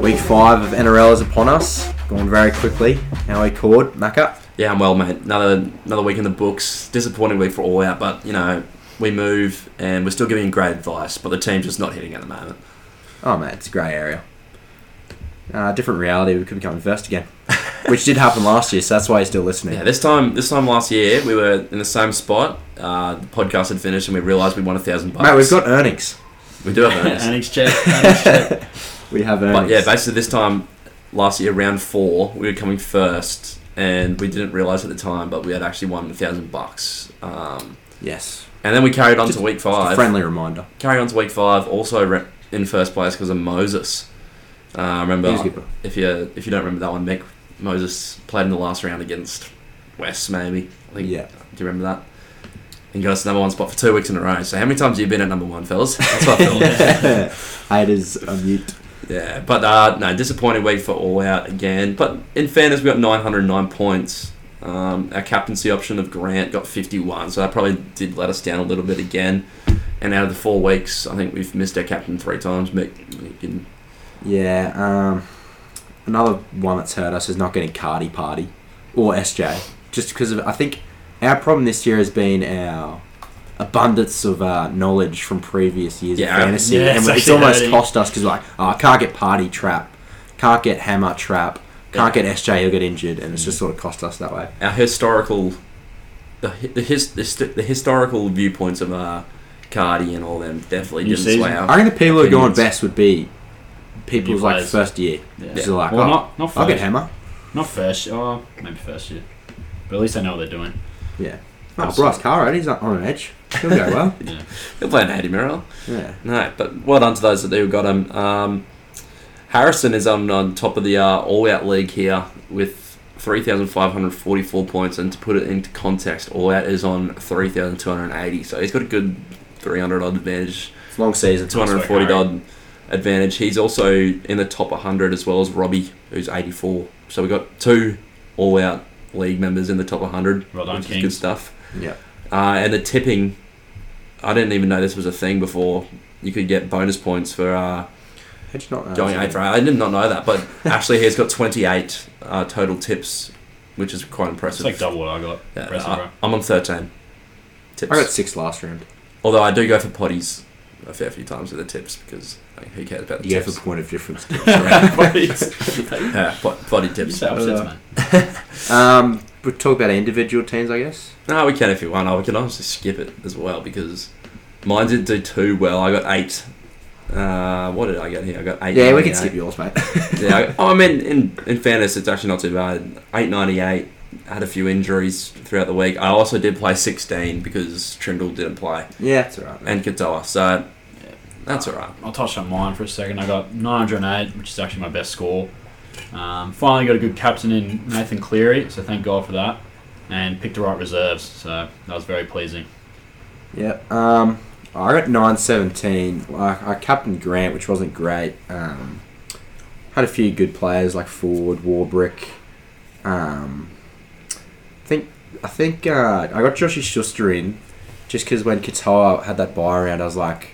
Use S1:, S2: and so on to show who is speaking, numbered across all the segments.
S1: Week five of NRL is upon us. Going very quickly. How we Cord, Macca.
S2: Yeah, I'm well, mate. Another another week in the books. Disappointing week for all out, but you know we move and we're still giving great advice, but the team's just not hitting at the moment.
S1: Oh man, it's a grey area. Uh, different reality. We could become first again, which did happen last year. So that's why you're still listening.
S2: Yeah, this time this time last year we were in the same spot. Uh, the podcast had finished and we realised we won a thousand bucks.
S1: Mate, we've got earnings.
S2: we do have earnings.
S3: Earnings check. Earnings check.
S1: We have earnings.
S2: But yeah, basically this time last year, round four, we were coming first, and we didn't realise at the time, but we had actually won a thousand bucks. Um,
S1: yes.
S2: and then we carried on
S1: Just-
S2: to week
S1: Just a
S2: five.
S1: friendly reminder.
S2: Carried on to week five, also re- in first place because of Moses. Uh, I remember
S1: He's a good-
S2: if you if you don't remember that one, Mick Moses played in the last round against West, maybe. I think.
S1: Yeah.
S2: Do you remember that? And got us number one spot for two weeks in a row. So how many times have you been at number one, fellas? That's what I felt.
S1: Haters unmute.
S2: Yeah, but uh, no, disappointing week for all out again. But in fairness, we got 909 points. Um, our captaincy option of Grant got 51, so that probably did let us down a little bit again. And out of the four weeks, I think we've missed our captain three times. Mick, you can-
S1: Yeah. Um, another one that's hurt us is not getting Cardi Party or SJ. Just because of I think our problem this year has been our abundance of uh, knowledge from previous years
S2: Yeah.
S1: of fantasy,
S3: Yeah,
S1: and
S3: it's
S1: it's,
S3: actually
S1: almost
S3: hurting.
S1: cost us because like oh, I can't get Party trap, can't get Hammer trap, can't get SJ, he'll get injured, and it's
S3: Mm.
S1: just sort of cost us that way.
S2: our historical, the hi- the, his, the, st- the historical viewpoints of uh, Cardi and all them definitely
S3: New
S2: didn't
S3: season.
S2: sway
S1: I
S2: our.
S1: think the people who are going
S2: Opinions.
S1: best would be people
S3: Um, New
S1: who's like
S3: players.
S1: first year.
S3: Yeah.
S1: So like,
S3: Well,
S1: oh,
S3: not not
S1: I'll get
S3: first.
S1: Hammer.
S3: Not first. Oh, maybe first year. But at least I know what they're doing.
S1: Yeah. Oh,
S3: Absolutely.
S1: Bryce Carr, he's on an edge. He'll go well.
S3: Yeah.
S2: They're playing Eddie Merrill.
S1: Yeah.
S2: No, but well done to those that do got him. Um, Harrison is on, on top of the uh, all-out league here with 3,544 points, and to put it into context, all-out is on 3,280, so he's got a good 300-odd advantage,
S1: It's a long season.
S3: work, Harry.
S2: 240-odd advantage. He's also in the top 100 as well as Robbie, who's 84. So we've got two all-out league members in the top 100,
S3: Well done,
S2: which is
S3: Kings.
S2: good stuff.
S1: Yeah.
S2: Uh, and the tipping, I didn't even know this was a thing before. You could get bonus points for uh,
S1: It's not, uh,
S2: going
S1: it's-
S2: eight for eight. I did not know that, but Ashley here's got 28 uh, total tips, which is quite
S3: It's
S2: impressive.
S3: like double what I got.
S2: Yeah,
S3: Rest of
S2: I, I'm on 13 tips.
S1: I got six last round.
S2: Although I do go for potties a fair few times with the tips because like, who cares about the
S1: You have a
S2: tips?
S1: point of difference.
S3: it.
S2: yeah, pot, potty
S3: You
S2: tips.
S3: say upsets,
S1: Uh,
S3: man.
S1: um, we talk about individual teams, I guess.
S2: No, we can if you want. I we can honestly skip it as well because mine didn't do too well. I got eight. Uh, what did I get here? I got eight.
S1: Yeah, we can
S2: 98.
S1: skip yours, mate.
S2: yeah, I, I mean, in, in fairness, it's actually not too bad. Eight ninety eight. Had a few injuries throughout the week. I also did play sixteen because Trindle didn't play
S1: yeah, it's alright. mate.
S2: and Katoa, so that's all right.
S3: I'll touch on mine for a second. I got 908, which is actually my best score. Um, finally got a good captain in Nathan Cleary, so thank God for that. And picked the right reserves, so that was very pleasing.
S1: Yeah. Um, I got nine seventeen. I, I captained Grant, which wasn't great. Um, had a few good players like Ford, Warbrick. Um, I think I think uh, I got Joshy Schuster in, just because when Katoa had that buy around, I was like,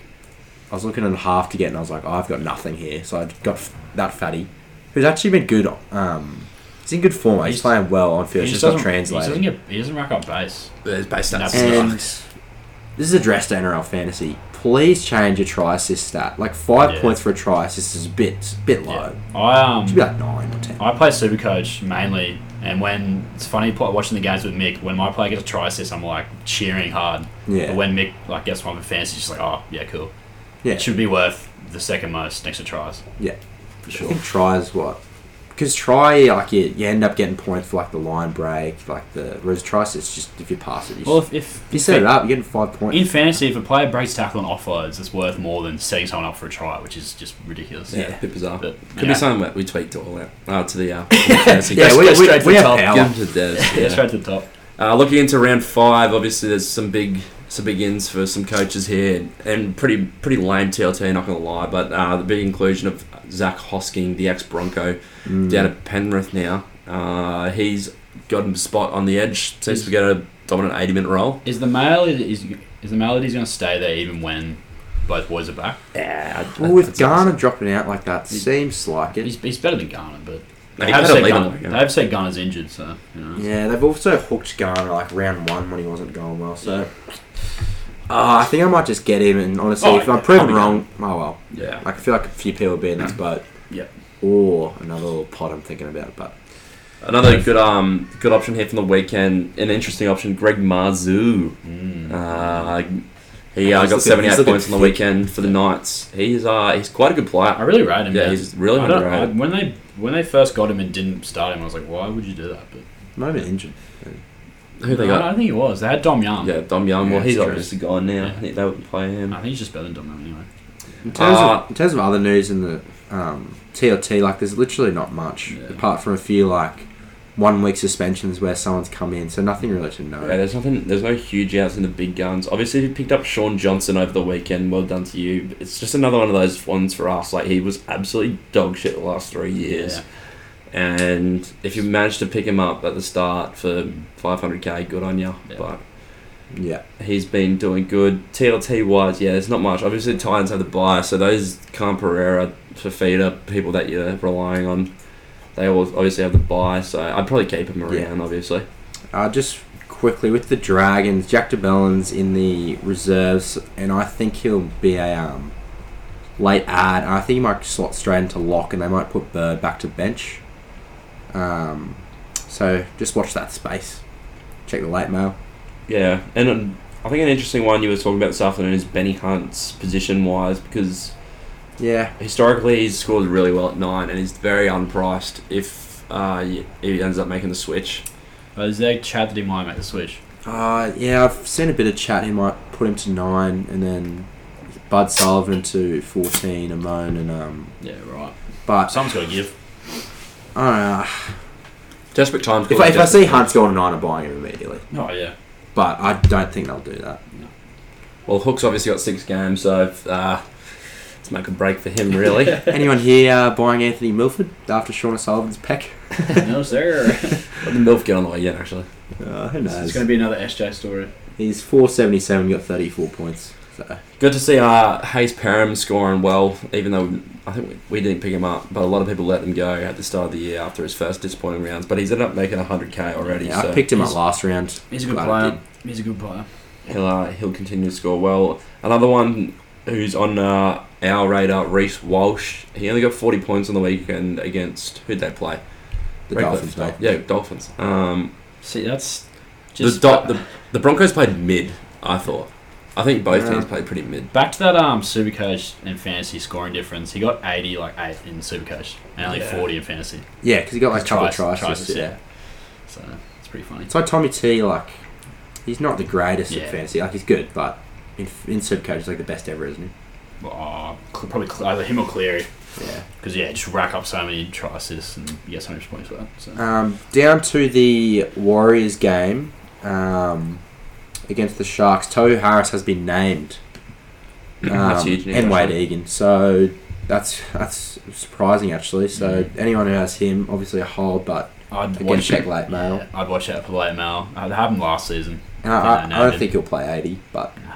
S1: I was looking at a half to get, and I was like, oh, I've got nothing here, so I got f- that fatty, who's actually been good. Um, he's in good form. He's,
S3: He's-
S1: playing well on field. It's just not translating.
S3: He doesn't, get, he doesn't rack up base.
S2: It's based on
S3: That's
S1: And this is addressed to NRL fantasy. Please change your try assist stat. Like five
S3: Yeah.
S1: points for a try assist is a bit bit low.
S3: I um,
S1: Should be like nine or ten.
S3: I play Supercoach mainly, and when it's funny pl- watching the games with Mick. When my player gets a try assist, I'm like cheering hard.
S1: Yeah.
S3: But when Mick like gets one for fantasy, just like oh yeah, cool.
S1: Yeah,
S3: It should be worth the second most next to tries.
S1: yeah.
S3: For
S1: I
S3: sure.
S1: think try is what because try like you, you end up getting points for like the line break, like the whereas try assist just if you pass it. You
S3: Well,
S1: just,
S3: if, if
S1: if you set it up, you're getting five points.
S3: in fantasy, if a player breaks tackle and offloads, it's worth more than setting someone up for a try, which is just ridiculous.
S2: yeah, a bit bizarre.
S3: But,
S2: Could
S3: yeah.
S2: be something that we tweaked to all out. Uh, to the uh, fantasy.
S1: yeah,
S3: Go-
S1: we,
S3: go
S1: we,
S3: straight to
S1: we
S3: the
S1: have
S3: top.
S1: power.
S2: Give 'em to Des,
S3: Yeah,
S2: yeah.
S3: straight to the top.
S2: Uh, looking into round five, obviously there's some big some big ins for some coaches here, and pretty pretty lame TLT, not gonna lie. But uh, the big inclusion of Zach Hosking, the ex Bronco,
S1: Mm.
S2: down at Penrith now. Uh, he's got a spot on the edge. Seems to get a dominant 80 minute role.
S3: Is the male is is the male that he's going to stay there even when both boys are back.
S2: Yeah, I-
S1: Well,
S2: I-
S1: with
S2: that's awesome.
S1: Garner dropping out like that, seems like it.
S3: He's, he's better than Garner, but
S2: No,
S3: they
S2: he
S3: have,
S2: better
S3: said
S2: leave him
S3: Garner,
S2: alone, yeah.
S3: they have said Garner's injured, so you know.
S1: Yeah, they've also hooked Garner like round one when he wasn't going well. So uh, I think I might just get him. And honestly,
S3: Oh,
S1: if I'm
S3: yeah,
S1: proven
S2: probably.
S1: wrong, oh well.
S2: Yeah.
S1: Like I feel like a few people would be in this boat.
S2: Yep.
S1: Or another little pot I'm thinking about, but
S2: Another good um good option here from the weekend, an interesting option, Greg Marzu.
S3: Mm.
S2: Uh, he uh,
S1: He's
S2: got
S1: looking-
S2: 78
S1: he's looking
S2: points on the
S1: thick.
S2: weekend for the Knights. He's uh he's quite a good
S3: I
S2: player.
S3: really rate him.
S2: Yeah, he's really
S3: I don't- I-
S2: underrated.
S3: when they when they first got him and didn't start him, I was like, why would you do that? But
S1: might have been injured.
S2: Who they
S3: No, I
S2: got?
S3: don't think he was. They had Dom Young.
S2: Yeah, Dom Young. Well,
S1: Yeah,
S2: he's
S1: it's true.
S2: obviously gone now. I think They wouldn't play him.
S3: I think he's just better than Dom Young anyway.
S1: In terms,
S2: Uh,
S1: of, in terms of other news in the um, TLT, like there's literally not much
S3: Yeah.
S1: apart from a few like one week suspensions where someone's come in, so nothing really to know.
S2: Yeah, there's nothing. There's no huge outs in the big guns. Obviously, you picked up Sean Johnson over the weekend. Well done to you. But It's just another one of those ones for us. Like he was absolutely dog shit the last three years.
S3: Yeah.
S2: And if you managed to pick him up at the start for
S3: Um,
S2: 500k, good on you.
S3: Yeah.
S2: But
S1: Yeah,
S2: he's been doing good. TLT wise, yeah, there's not much. Obviously, the Titans have the buy, so those Cam Pereira, Fafita, people that you're relying on, they all obviously have the buy. So I'd probably keep him
S1: Yeah.
S2: around. Obviously,
S1: Uh, just quickly with the Dragons, Jack DeBellin's in the reserves, and I think he'll be a um, late ad. I think he might slot straight into lock, and they might put Bird back to bench. Um, so just watch that space. Check the late mail.
S2: yeah. And um, I think an interesting one you were talking about this afternoon is Benny Hunt's position wise because
S1: Yeah,
S2: historically he's scored really well at nine and he's very unpriced. If uh, he he ends up making the switch,
S3: But is there chat that he might make the switch?
S1: Uh, yeah, I've seen a bit of chat. He might put him to nine, and then Bud Sullivan to fourteen, Amon, and um.
S3: Yeah, right.
S1: But
S3: Someone's got to give.
S1: I
S2: desperate times.
S1: don't know. If, I- if I see Hunt's going to nine, I'm buying him immediately.
S3: Oh yeah.
S1: But I don't think they'll do that.
S2: well, Hook's obviously got six games, so uh, let's make a break for him really.
S1: Anyone here uh, buying Anthony Milford after Sean Sullivan's peck?
S3: no sir.
S2: Let the MILF get on the way yet, actually.
S1: Uh, who
S3: It's
S1: knows?
S3: going to be another SJ story.
S1: He's four seventy seven. Got thirty four points. So
S2: Good to see uh, Hayes Parham scoring well, even though I think we, we didn't pick him up, but a lot of people let him go at the start of the year after his first disappointing rounds. But he's ended up making 100k already,
S1: yeah,
S2: so
S1: I picked him up
S3: he's-
S1: last round.
S3: He's a good
S1: Glad I
S3: player.
S1: did.
S3: He's a good player.
S2: he'll, uh, he'll continue to score well. Another one who's on uh, our radar, Reese Walsh. He only got 40 points on the weekend against who'd they play?
S1: The
S2: Redcliffe.
S1: Dolphins, mate.
S2: Yeah, Dolphins. Um,
S3: See, that's
S2: the,
S3: just
S2: Do- the, the Broncos played mid, I thought. I think both
S1: Yeah.
S2: teams played pretty mid.
S3: back to that um Supercoach and fantasy scoring difference. He got eighty, like eight in Supercoach, and only
S2: Yeah.
S3: forty in fantasy.
S1: Yeah, because he got like a
S3: Just
S1: couple of
S3: tries-
S1: tries.
S3: tries to sit.
S1: yeah.
S3: So it's pretty funny.
S1: It's like Tommy T, like, he's not the greatest
S3: Yeah.
S1: at fantasy. Like, he's good, but in, in Supercoach, he's like the best ever, isn't
S3: Well, uh, cl- probably cl- either him or Cleary,
S1: he? Yeah.
S3: because yeah, just rack up so many try assists and you get so much points for that. So
S1: Um, down to the Warriors game um, against the Sharks. Tohu Harris has been named. Um,
S2: That's huge news,
S1: And Wade
S2: actually.
S1: Egan. So that's that's surprising, actually. So
S3: Mm.
S1: anyone who has him, obviously a hold, but
S3: I'd
S1: again,
S3: watch
S1: check late mail.
S3: Yeah, I'd watch out for late mail. I'd have him Uh, last season.
S1: And I,
S3: Yeah,
S1: I,
S3: no,
S1: I don't
S3: dude.
S1: think he'll play 80, but
S3: No.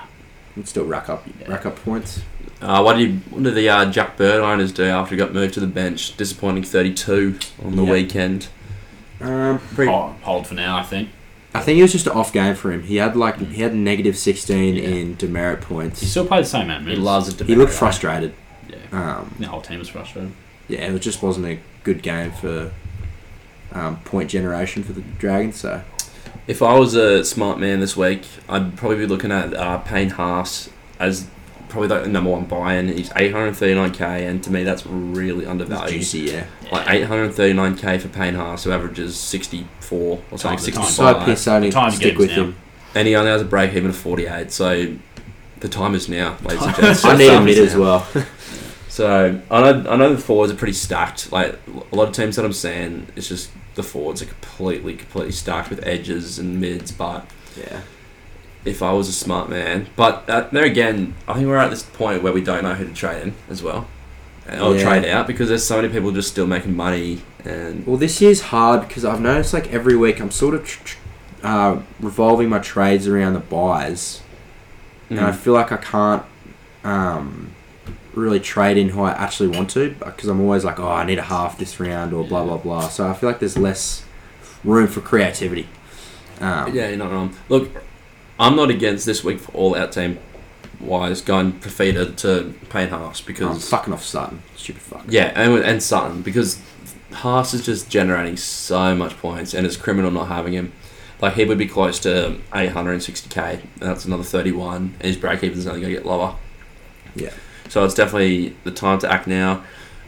S1: he'd still rack up,
S3: Yeah.
S1: rack up points.
S2: Uh, what did, what did the uh, Jack Bird owners do after he got moved to the bench? Disappointing 32 on the
S1: Yeah.
S2: weekend.
S1: Um,
S2: Pretty,
S3: Hold, hold for now, I think.
S1: I think it was just an off game for him. He had like
S3: Mm.
S1: he had negative sixteen
S3: Yeah.
S1: in demerit points.
S3: He still played the same amount. of
S2: he
S3: minutes.
S2: loves it. to
S1: he
S2: be
S1: looked
S2: right.
S1: frustrated.
S3: Yeah,
S1: Um,
S3: the whole team was frustrated.
S1: yeah, it just wasn't a good game for um, point generation for the Dragons. So
S2: If I was a smart man this week, I'd probably be looking at uh, Payne Haas as probably the number one buy-in. He's 839k, and to me that's really
S1: it was
S2: undervalued.
S1: juicy, yeah.
S3: Yeah.
S2: Like 839k for Payne Haas, who averages 64 or something,
S3: Time to time.
S1: So
S2: 65,
S1: pissed I only
S3: Time
S1: stick
S3: games
S1: with
S3: now.
S1: him.
S2: and he only has a break even of 48. So the time is now, ladies and gents.
S1: I need
S2: The
S1: a
S2: time
S1: mid
S2: is
S1: as
S2: now.
S1: well.
S2: So I know, I know the forwards are pretty stacked. Like a lot of teams that I'm seeing, it's just the forwards are completely, completely stacked with edges and mids. But
S1: yeah,
S2: if I was a smart man, but uh, there again, I think we're at this point where we don't know who to trade in as well, or
S1: Yeah.
S2: trade out because there's so many people just still making money and
S1: Well, this year's hard because I've noticed like every week I'm sort of tr- tr- Mm.
S3: Mm.
S1: uh, revolving my trades around the buys, and I feel like I can't um, really trade in who I actually want to because I'm always like, oh, I need a half this round or blah,
S3: Yeah.
S1: blah, blah. So I feel like there's less room for creativity. Um,
S4: Yeah, you're not wrong. Look, I'm not against this week for all out team wise going Profita to Payne Haas
S1: I'm
S4: because
S1: fucking off Sutton. Stupid fuck.
S4: yeah, and and Sutton because Haas is just generating so much points and it's criminal not having him. Like he would be close to 860k. and That's another 31, and his break even's only going to get lower.
S1: Yeah.
S4: So it's definitely the time to act now.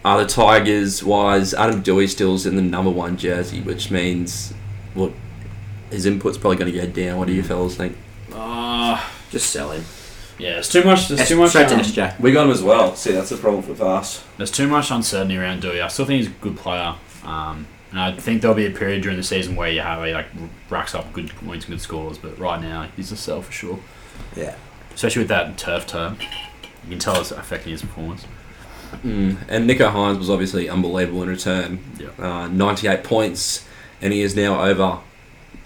S4: Uh, the Tigers wise, Adam Dewey still's in the number one jersey, which means what his input's probably going to go down. What do you fellas think?
S3: Uh,
S1: Just sell him.
S3: yeah, it's too much. There's
S1: S-
S3: too much.
S1: Straight to
S3: Um,
S1: SJ.
S2: We got him as well. See, that's the problem with us.
S3: there's too much uncertainty around Dewey. I still think he's a good player. Um, and I think there'll be a period during the season where you have he like racks up good points and good scores, but right now he's a sell for sure.
S1: Yeah.
S3: Especially with that turf term, you can tell it's affecting his performance.
S4: Mm. And Nico Hines was obviously unbelievable in return.
S3: Yeah.
S4: Uh, 98 points, and he is now over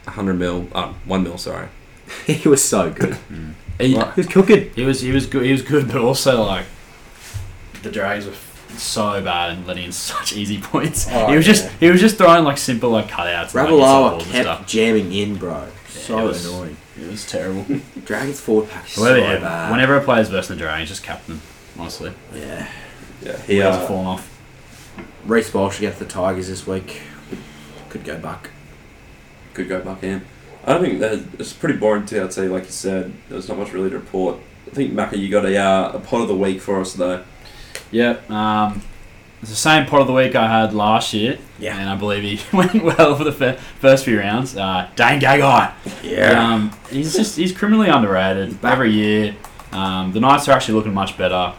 S4: 100 mil, uh, 1 mil, sorry.
S1: he was so good.
S3: Mm.
S4: He-
S1: Like, who's cooking?
S3: He was he was good. He was good, but also like the drags were so bad and letting in such easy points.
S1: Oh,
S3: he was just
S1: yeah.
S3: he was just throwing like simple like cutouts. and, like,
S1: Ravalawa
S3: inside balls and
S1: kept jamming in, bro. So
S3: it was-
S1: annoying.
S3: It was terrible.
S1: Dragons forward pack is so
S3: Whenever, yeah,
S1: bad.
S3: whenever a player's versus the Dragons, just captain. Honestly,
S1: yeah.
S2: Yeah, he
S3: he has
S2: uh,
S3: fallen off.
S1: Reese Walsh against the Tigers this week. Could go back.
S4: Could go back in.
S2: I don't think that it's pretty boring TRT, like you said. There's not much really to report. I think Macca, you got a uh, a pot of the week for us though.
S3: Yep. Um, it's the same pot of the week I had last year,
S1: Yeah.
S3: and I believe he went well for the fir- first few rounds. Uh, Dane Gagai. Um, he's just he's criminally underrated every year. Um, the Knights are actually looking much better.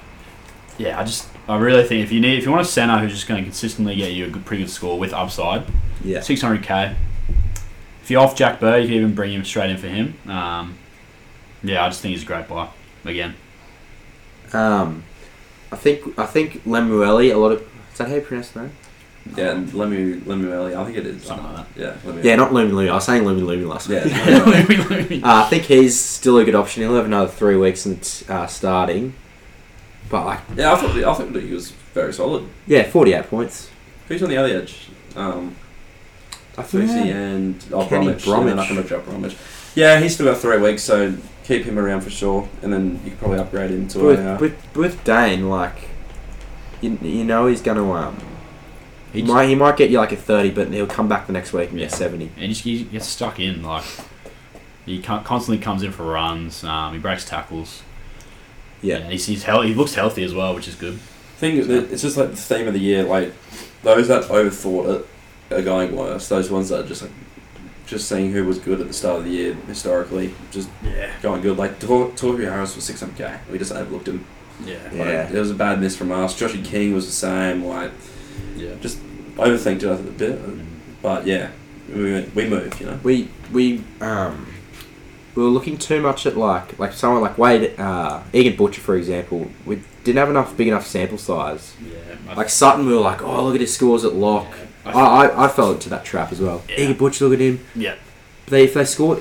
S3: Yeah, I just I really think if you need if you want a center who's just going to consistently get you a good, pretty good score with upside,
S1: Yeah.
S3: 600k. If you're off Jack Burr, you can even bring him straight in for him. Um, yeah, I just think he's a great buy again.
S1: Um, I think I think Lemueli. A lot of is that how you pronounce the name?
S2: Yeah, and let me let me I think it is.
S3: Something like
S2: Yeah, let me.
S1: Yeah, not Lumi Lumi. I was saying Lumi Lumi last week.
S2: Yeah.
S3: that.
S1: Uh, I think he's still a good option. He'll have another three weeks and uh, starting, but like
S2: yeah. I thought I thought that he was very solid.
S1: yeah, forty-eight points.
S2: Who's on the other edge? Um,
S1: I think
S2: Fusi
S1: yeah.
S2: and oh,
S1: Kenny
S2: Bromwich. And then
S1: Bromwich.
S2: I can look up Bromwich. Yeah, he's still got three weeks, so keep him around for sure, and then you can probably upgrade him
S1: But
S2: to
S1: with,
S2: a. Uh,
S1: with with Dane, like you, you know he's gonna um he
S3: He's-
S1: might he might get you like a thirty, but he'll come back the next week and get
S3: Yeah.
S1: seventy.
S3: and he just he gets stuck in. Like he con- constantly comes in for runs. Um, he breaks tackles.
S1: Yeah.
S3: and he's, he's health- he looks healthy as well, which is good.
S2: uh, thing is that it's just like the theme of the year. Like those that overthought it are going worse. Those ones that are just like just seeing who was good at the start of the year historically, just
S3: Yeah,
S2: going good. Like Tor- Torquay Harris was six hundred k. We just overlooked him.
S3: yeah,
S2: Like,
S1: Yeah.
S2: it was a bad miss from us. Joshy King was the same. Like
S3: yeah.
S2: overthinked it a bit,
S1: Mm.
S2: but yeah, we we moved. You know.
S1: We we um we were looking too much at like like someone like Wade uh, Egan Butcher for example. We didn't have enough big enough sample size.
S3: Yeah, I-
S1: Like Sutton, we were like, oh look at his scores at lock.
S3: I-
S1: I, I, I fell into that trap as well.
S3: Yeah.
S1: Egan Butcher, look at him.
S3: yeah,
S1: They if they score,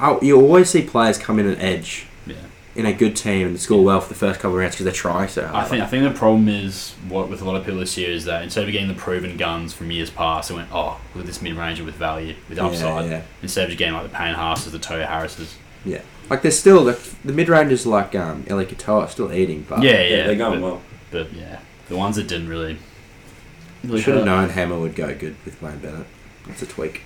S1: oh, you always see players come in an edge
S3: yeah.
S1: in a good team and score well for the first couple of rounds because they're trying so
S3: I
S1: hard.
S3: think I think the problem is what with a lot of people this year is that instead of getting the proven guns from years past, they went, oh, look at this mid ranger with value, with
S1: Yeah,
S3: upside.
S1: yeah.
S3: Instead of just getting like the Payne Haas's, the Toya Harris's.
S1: Like they're still the, the mid rangers like um, Eli Katoa still eating, but
S3: yeah, yeah,
S2: they're going
S3: but,
S2: well.
S3: but yeah, the ones that didn't really. really
S1: should have
S3: hurt.
S1: known Hammer would go good with Wayne Bennett. That's a tweak.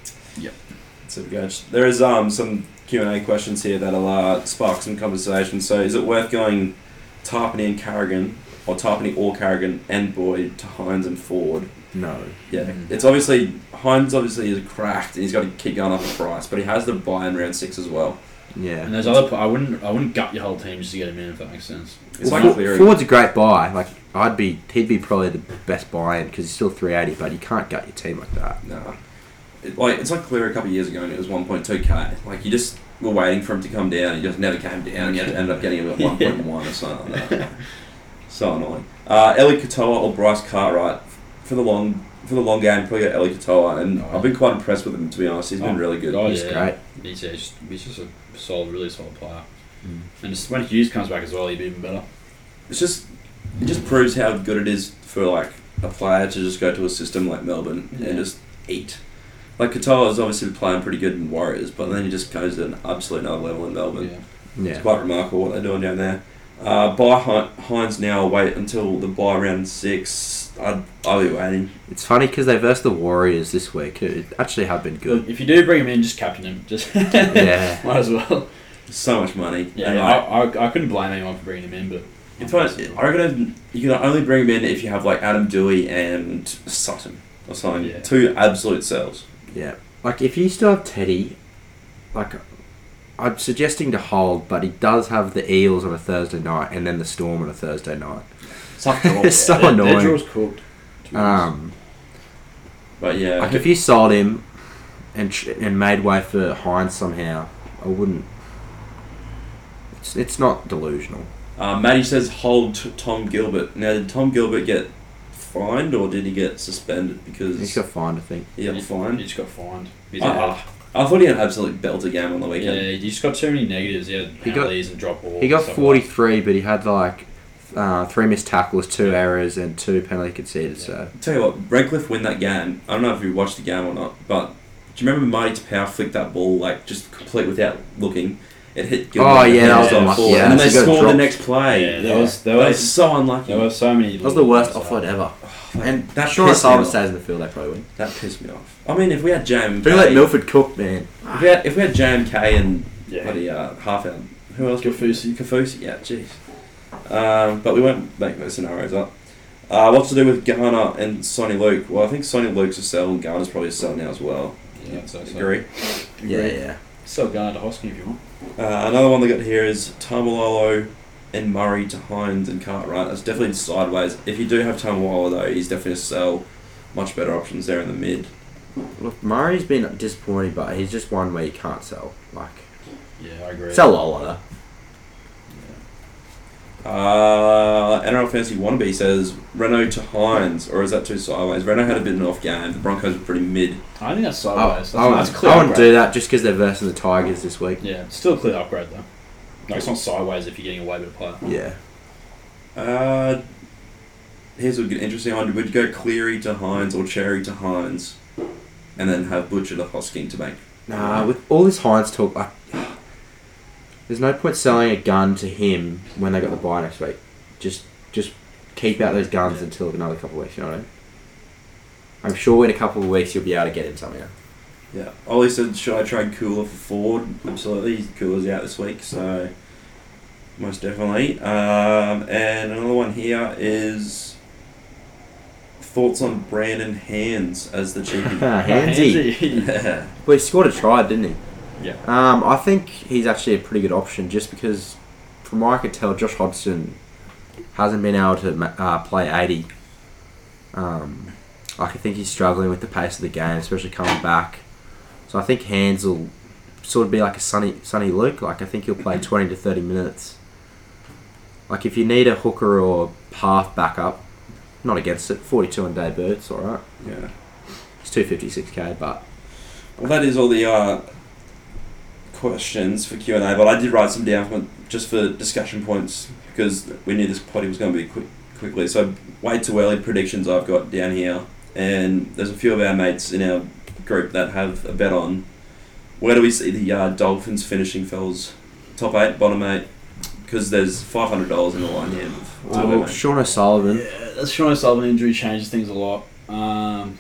S2: So we go. There is um some Q and A questions here that'll uh, spark some conversation. So is it worth going Tarpany and Carrigan, or Tarpany or Carrigan and Boyd to Hines and Ford?
S1: No.
S2: Yeah,
S3: Mm.
S2: it's obviously Hines. Obviously is cracked, and he's got to keep going up the price, but he has the buy in round six as well.
S1: Yeah.
S3: And there's other. I wouldn't. I wouldn't gut your whole team just to get him in if that makes sense.
S2: It's
S1: Well,
S2: like
S1: For-
S2: Cleary.
S1: Ford's a great buy. Like I'd be, he'd be probably the best buy in because he's still three eighty, but you can't gut your team like that.
S2: Nah. It, like it's like Clear a couple of years ago, and it was one point two k. Like you just were waiting for him to come down, and he just never came down. and You ended up getting him at one point one or something. Like that. so annoying. Uh, Eli Katoa or Bryce Cartwright for the long for the long game. Probably got Eli Katoa, and I've been quite impressed with him to be honest. He's been
S3: Oh,
S2: really good.
S3: God.
S1: He's
S3: yeah.
S1: great.
S3: He's, yeah,
S1: Mm.
S3: he's, he's just a solid, really solid player. And just when Hughes comes back as well, he'd be even better.
S2: it's just it just proves how good it is for like a player to just go to a system like Melbourne
S3: Yeah.
S2: and just eat. Like Katoa is obviously playing pretty good in Warriors, but then he just goes to an absolute another level in Melbourne.
S5: Yeah.
S1: Yeah.
S2: It's quite remarkable what they're doing down there. Uh, buy Hi- Hines now. Wait until the buy round six. I'd, I'll be waiting.
S1: It's funny because they versed the Warriors this week. who actually have been good.
S3: If you do bring him in, just captain him. Just
S1: yeah.
S3: might as well.
S2: So much money.
S3: Yeah,
S2: And,
S3: yeah,
S2: like,
S3: I, I, I couldn't blame anyone for bringing him in, but
S2: It's funny, I reckon you can only bring him in if you have like Adam Dewey and Sutton or something.
S3: Yeah.
S2: Two absolute cells.
S1: Yeah. Like, if you still have Teddy, like, I'm suggesting to hold, but he does have the Eels on a Thursday night and then the Storm on a Thursday night.
S3: it's not
S2: Oh,
S3: draw.
S1: It's so
S3: their,
S1: annoying.
S3: Their draw's cooked. to be honest.
S1: Um,
S2: But yeah,
S1: like, if you sold him and tr- and made way for Hines somehow, I wouldn't. It's, it's not delusional.
S2: uh, Maddie says hold t- Tom Gilbert. Now, did Tom Gilbert get fined or did he get suspended because
S1: He's got fined, Oh, I think.
S2: he got
S3: He
S2: fined?
S3: just got fined. He's
S2: Ah.
S3: out.
S2: I thought he had an absolute belter game on the
S3: yeah,
S2: weekend.
S3: he just got too many negatives. He had
S1: He got-
S3: penalties and drop balls.
S1: He got
S3: and stuff like
S1: 43, but he had like uh, three missed tackles, two errors, and two penalty conceded. So
S2: Tell you what, Redcliffe win that game. I don't know if you watched the game or not, but do you remember Marty Tapau flicked that ball like just complete without looking? It hit Gilbert.
S1: Oh,
S2: and
S1: yeah,
S2: he
S3: that
S2: just
S3: was
S2: got
S3: unlucky.
S2: forward.
S3: Yeah,
S2: and then
S1: that's
S2: they
S1: a good
S2: scored the
S1: drop.
S2: next
S3: that.
S2: play.
S3: Yeah, there was there
S2: That was
S3: was
S2: so unlucky. Oh,
S3: there were so many.
S1: that was the worst
S3: little-
S1: offload ever. And
S2: that
S1: sure, if
S2: pissed me
S1: Sullivan
S2: off.
S1: stays in the field, they probably win.
S2: That pissed me off. I mean, if we had JMK,
S1: Who let Milford cook, man?
S2: if, we had, if we had JMK and
S3: Yeah,
S2: bloody uh, half out, who else?
S3: Kafusi.
S2: Kafusi, yeah, jeez. Um, but we won't make those scenarios up. Uh, what to do with Ghana and Sonny Luke? Well, I think Sonny Luke's a sell and Ghana's probably a sell now as well.
S3: yeah, so, so.
S2: Agree.
S1: Yeah, yeah.
S3: Sell Garner to Hosking if you want.
S2: Uh, another one they got here is Tamalolo and Murray to Hines and Cartwright. That's definitely sideways. If you do have Tamalolo though, he's definitely a sell. Much better options there in the mid.
S1: Look, Murray's been disappointing, but he's just one where you can't sell. Like
S3: Yeah, I agree.
S1: sell Lola.
S2: Uh, NRL Fantasy Wannabe says Renault to Hines, or is that too sideways? Renault had a bit of an off game. The Broncos were pretty mid.
S3: I think that's
S1: I,
S3: sideways. That's,
S1: Oh, I
S3: that's
S1: wouldn't,
S3: clear.
S1: I wouldn't
S3: upgrade.
S1: do that just because they're versing the Tigers this week.
S3: Yeah, still a clear upgrade though. No, it's not sideways if you're getting away with a player.
S1: Yeah.
S2: Uh, here's a good interesting one. Would you go Cleary to Hines or Cherry to Hines, and then have Butcher to Hosking to make?
S1: Nah, with all this Hines talk, like, there's no point selling a gun to him when they got the buy next week. Just, just keep out those guns until another couple of weeks. You know what I mean? I'm sure in a couple of weeks you'll be able to get him something.
S2: Yeah. Ollie said, should I trade Cooler for Ford? Absolutely. Cooler's out this week, so most definitely. Um, and another one here is thoughts on Brandon Hands as the cheapie.
S1: Handsy.
S3: Handsy.
S1: Well, he scored a try, didn't he?
S3: Yeah.
S1: Um, I think he's actually a pretty good option just because, from what I could tell, Josh Hodgson hasn't been able to ma- uh, play 80. Um, like, I think he's struggling with the pace of the game, especially coming back. So I think Hands will sort of be like a sunny, sunny Luke. Like, I think he'll play 20 to 30 minutes. Like, if you need a hooker or half backup, not against it. 42 on day birds, alright.
S2: yeah.
S1: It's 256k, but
S2: Well, that is all the uh, questions for Q and A. But I did write some down from, just for discussion points because we knew this potty was going to be quick quickly. So way too early predictions I've got down here, and there's a few of our mates in our group that have a bet on where do we see the uh, Dolphins finishing, fells? Top eight, bottom eight, because there's five hundred dollars in the line here.
S1: Oh, Sean O'Sullivan.
S3: Yeah, that's Sean O'Sullivan injury changes things a lot. Um,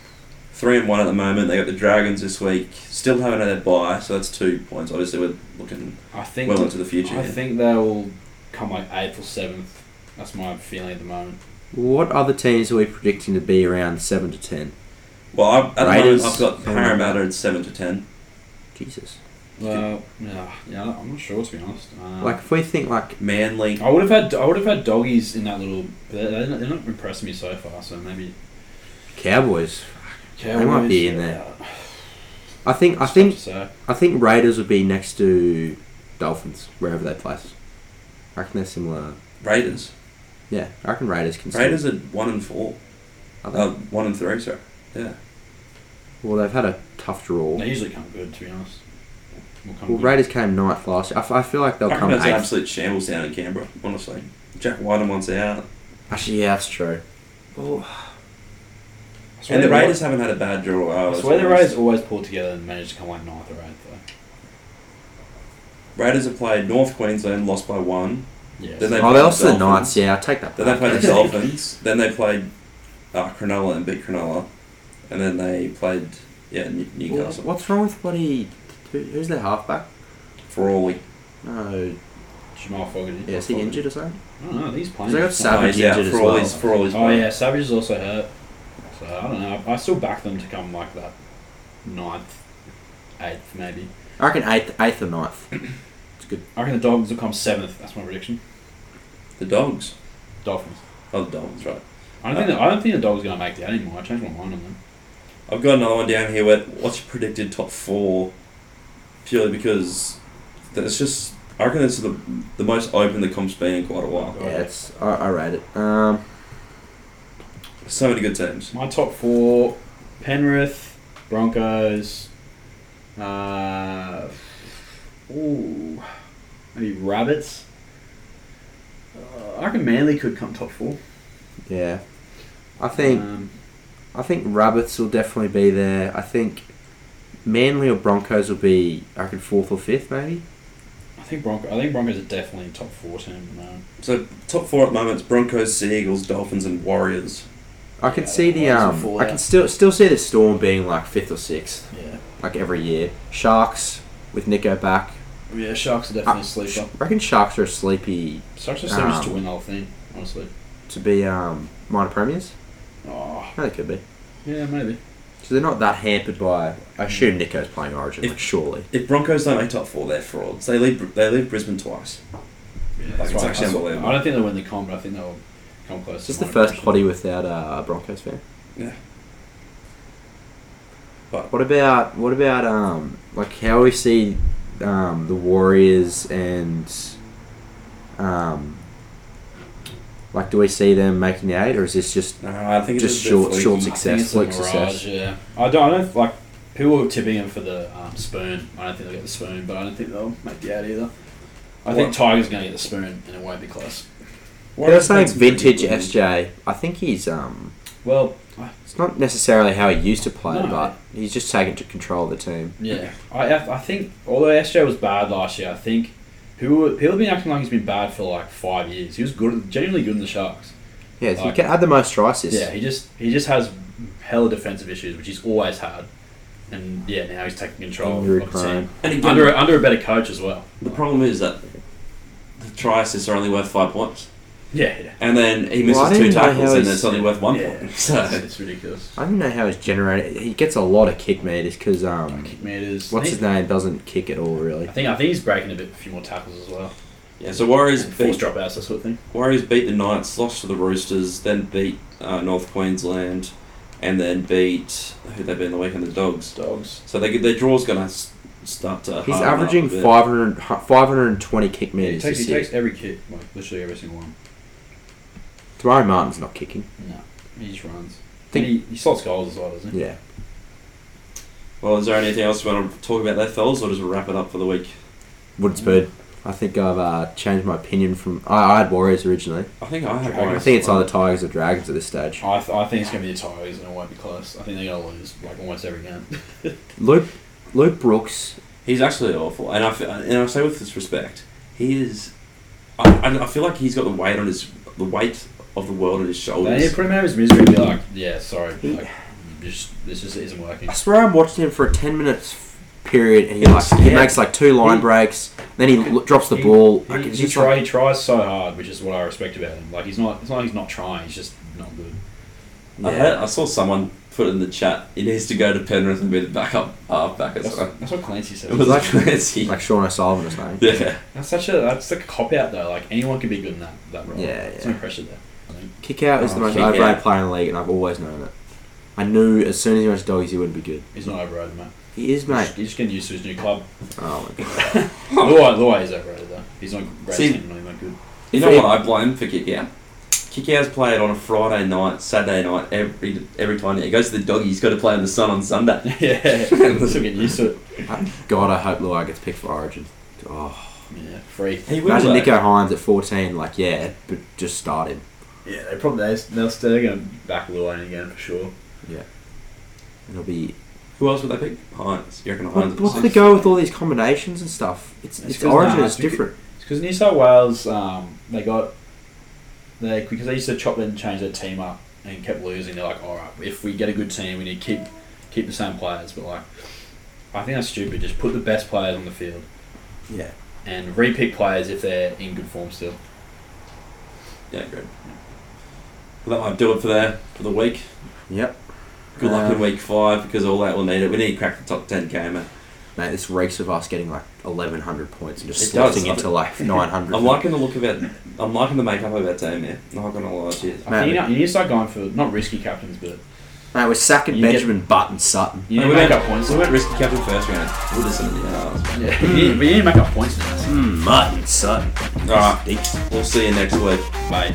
S2: Three and one at the moment. They got the Dragons this week. Still haven't had a buy, so that's two points. Obviously, we're looking
S3: I think
S2: well into the future.
S3: I
S2: here.
S3: think they'll come like eighth or seventh. That's my feeling at the moment.
S1: What other teams are we predicting to be around seven to ten?
S2: Well, I, at
S1: Raiders.
S2: the moment, I've got Parramatta at seven to ten.
S1: Jesus.
S3: Well, no, yeah, I'm not sure to be honest. Um,
S1: Like if we think like Oh.
S2: Manly.
S3: I would have had I would have had doggies in that little. but They're, they're not, they're not impressing me so far. So maybe
S1: Cowboys,
S3: Cowboys.
S1: might be in there. I think I
S3: It's
S1: think
S3: tough to say.
S1: I think Raiders would be next to Dolphins wherever they place. I reckon they're similar.
S2: Raiders.
S1: Yeah, I reckon Raiders can. still-
S2: Raiders at one and four.
S1: Are they?
S2: Uh, one and three, sorry. Yeah.
S1: well, they've had a tough draw.
S3: They usually come good to be honest. Will come
S1: Well,
S3: good.
S1: Raiders came ninth last year. I, f- I feel like they'll come
S2: Parramatta's an
S1: eighth.
S2: absolute shambles down in Canberra, honestly. Jack Wyden once out.
S1: Actually, yeah, that's true.
S2: And the Raiders haven't had a bad draw. Oh,
S3: I swear the Raiders always pull together and manage to come like ninth or eighth though.
S2: Raiders have played North Queensland, lost by one.
S3: Yeah.
S2: Then they
S1: Oh, they
S2: played
S1: lost to the
S2: Dolphins.
S1: Knights. Yeah, I take that.
S2: Then they
S1: back.
S2: played the Dolphins. Then they played uh, Cronulla and beat Cronulla. And then they played yeah New-
S1: Well,
S2: Newcastle
S1: What's wrong with bloody? who- Who's their halfback?
S2: for all we.
S1: No,
S3: Jamal Fogarty.
S1: yeah, is he injured or something?
S3: I don't know. He's playing.
S1: They got Savage
S2: he's out
S1: injured as
S2: for all
S1: well.
S2: his for all his.
S3: Oh yeah, Savage is also hurt. So I don't know. I still back them to come like that ninth, eighth maybe.
S1: I reckon eighth, eighth or ninth. It's good.
S3: I reckon the Dolphins will come seventh. That's my prediction.
S2: The Dogs.
S3: Dolphins.
S2: Oh, the Dogs, right.
S3: I don't think the, I don't think the Dolphins are gonna make the eight anymore. I changed my mind on them.
S2: I've got another one down here. Where what's your predicted top four? Purely because it's just I reckon it's the the most open the comp's been in quite a while.
S3: Right.
S1: Yeah, it's I, I rate it. Um,
S2: So many good teams.
S3: My top four: Penrith, Broncos. Uh, ooh, maybe Rabbits. Uh, I reckon Manly could come top four.
S1: yeah, I think
S3: Um,
S1: I think Rabbits will definitely be there. I think Manly or Broncos will be I reckon fourth or fifth maybe.
S3: I think Bronco. I think Broncos are definitely top four team at the moment.
S2: So top four at the moment: it's Broncos, Sea Eagles, Dolphins, and Warriors.
S1: I can
S3: Yeah,
S1: see the
S3: Lions will
S1: um,
S3: fall
S1: I
S3: out.
S1: can still still see the Storm being like fifth or sixth
S3: Yeah.
S1: like every year. Sharks with Nico back.
S3: Yeah, Sharks are
S1: definitely
S3: definitely
S1: a
S3: a
S1: Sh-
S3: sleeper.
S1: reckon Sharks are sleepy
S3: Sharks are
S1: Uh, Um,
S3: sleepers to win the whole thing, honestly.
S1: to be um, minor premiers.
S3: Oh,
S1: No, they could be.
S3: yeah, maybe.
S1: So they're not that hampered by. I assume Nico's playing Origin, like surely.
S2: If Broncos don't make top four, they're frauds. They leave. Br- They leave Brisbane twice.
S3: Yeah,
S2: Like, it's actually unbelievable.
S3: I don't think they'll win the comp, but I think they'll come close.
S1: Is
S3: to
S1: this the
S3: my
S1: first
S3: prediction.
S1: potty without a Broncos fan?
S2: Yeah.
S1: What about what about um like how we see um, the Warriors and um like do we see them making the eight or is this just
S2: No, I think
S1: Just
S2: it's a bit
S1: short-
S2: fluky.
S1: short
S3: I think
S1: Success,
S3: it's a
S1: fluke
S3: mirage,
S1: success.
S3: Yeah, I don't, I don't like people are tipping them for the um, spoon. I don't think they'll get the spoon, but I don't think they'll make the out either. I think
S2: What?
S3: Tiger's going to get the spoon, and it won't be close.
S1: they were
S2: Warriors
S1: saying
S2: played some pretty
S1: vintage
S2: good teams.
S1: SJ. I think he's um
S3: Well, I,
S1: it's not necessarily how he used to play,
S3: No.
S1: but he's just taken to control of the team.
S3: Yeah, I, I I think although SJ was bad last year, I think people people have been acting like he's been bad for like five years. He was good, genuinely good in the Sharks.
S1: Yeah, he
S3: Like-
S1: ca- had the most tries this.
S3: Yeah, he just he just has hella defensive issues, which he's always had, and yeah, now he's taking control
S1: Injury
S3: of the team
S2: And again,
S3: under under a better coach as well.
S2: the problem is that the try assists are only worth five points,
S3: Yeah, yeah.
S2: and then he
S1: Well, I
S2: misses
S1: didn't
S2: two
S1: know how
S2: tackles, and
S1: he's-
S2: it's only worth one
S3: Yeah.
S2: point.
S3: It's,
S2: So
S3: it's ridiculous.
S1: I don't know how he's generated. He gets a lot of kick meters because um,
S3: Kick meters.
S1: what's
S3: I
S1: his
S3: think,
S1: name doesn't kick at all really.
S3: I think I think he's breaking a bit, a few more tackles as well.
S2: yeah, so Warriors
S3: Force
S2: beat
S3: dropouts, that sort of thing.
S2: Warriors beat the Knights, lost to the Roosters, then beat uh, North Queensland, and then beat who they beat in the weekend, the Dogs.
S3: Dogs.
S2: So they, their draw's going to start to.
S1: He's
S2: harden up a
S1: averaging
S2: bit.
S1: 500, 520 kick
S3: Yeah, he
S1: meters
S3: takes,
S1: this
S3: he
S1: year.
S3: takes every kick, like literally every single one.
S1: Tomorrow Martin's not kicking.
S3: No, he just runs.
S1: Think-
S3: he, he slots goals as well, doesn't he?
S1: Yeah.
S2: Well, is there anything else you want to talk about there, fellas, or just wrap it up for the week?
S1: Woods Bird. I think I've uh, changed my opinion from. I, I had Warriors originally.
S2: I think I have.
S1: I
S3: Dragons.
S2: Warriors.
S1: think it's either Tigers or Dragons at this stage.
S3: I, th- I think it's going to be the Tigers and it won't be close. I think they're going to lose like almost every game.
S1: Luke Luke Brooks.
S2: He's actually awful, and I fe- and I say with this respect, he is. I, I, I feel like he's got the weight on his the weight of the world on his
S3: they need to
S2: shoulders.
S3: put him out of his misery and be like, yeah, sorry, like, this, this just isn't working.
S1: I swear I'm watching him for a ten minutes period, and he like he
S2: Yeah.
S1: makes like two line
S2: He-
S1: breaks, then he l- drops the
S3: he-
S1: ball. I
S3: He,
S1: can
S3: he,
S1: just
S3: try, he tries so hard, which is what I respect about him. Like he's not, it's not like he's not trying. He's just not good.
S2: I,
S1: Yeah.
S2: had, I saw someone put in the chat. He needs to go to Penrith and be the backup halfback. or
S3: That's,
S2: something.
S3: that's what Clancy
S2: It
S3: says.
S2: was like crazy.
S1: like Sean O'Sullivan or something.
S2: yeah.
S3: That's such a that's like a cop out though. Like anyone can be good in that that role.
S1: Yeah,
S3: There's
S1: yeah.
S3: no pressure there.
S1: Kick out is the
S2: Oh,
S1: most
S2: kick
S1: overrated
S2: out.
S1: player in the league, and I've always known it. I knew as soon as he went to doggies, he wouldn't be good.
S3: He's not overrated, mate.
S1: He is, mate.
S3: He's just getting used to his new club.
S1: Oh my god.
S3: Luai, Luai is overrated though. He's not great.
S2: See-
S3: he's not good.
S2: You know what I blame for Kickout? Kickout's played on a Friday night, Saturday night, every every time. He goes to the doggy, he's got to play in the sun on Sunday.
S3: yeah, still getting used to it.
S1: God, I hope Luai gets picked for Origin. Oh,
S3: Yeah, free.
S2: He will,
S1: Imagine
S2: though.
S1: Nico Hines at 14, like, yeah, but just started.
S3: Yeah, they probably they, they'll still they're going back Willow again for sure.
S1: It'll be.
S2: Who else would they pick? Hines. You reckon Hines?
S1: What,
S2: at
S1: what's the
S2: six?
S1: go with all these combinations and stuff? It's,
S3: It's
S1: its
S3: 'cause
S1: origin
S3: nah,
S1: is
S3: it's becau-
S1: different.
S3: It's because New South Wales um, they got they because they used to chop and change their team up and kept losing. They're like, all right, if we get a good team, we need to keep keep the same players. But like, I think that's stupid. Just put the best players on the field
S1: Yeah.
S3: and repick players if they're in good form still.
S2: Yeah, great. Well, that might do it for there for the week.
S1: Yep.
S2: Good luck in
S3: Uh.
S1: Um,
S2: week five because all that we'll need it. We need to crack the top ten gamer.
S1: Mate, this reeks of us getting like 1,100 points and just
S2: It does.
S1: slipping into like 900.
S2: I'm liking the look of it. I'm liking the makeup of that team. Yeah, not gonna lie, shit.
S3: I think
S1: Maybe.
S3: you, know, you need to start going for not risky captains, but
S1: Mate, we're sacking
S3: You get-
S1: Benjamin Button Sutton.
S3: you need
S2: Hey,
S3: to
S2: we
S3: make
S2: went-
S3: up points.
S2: We went risky captain first round. We'll just send it to the uh,
S3: Yeah, Hmm. you need, but you need to make up points now.
S1: Mutton Sutton.
S2: Alright, we'll see you next week.
S3: Bye.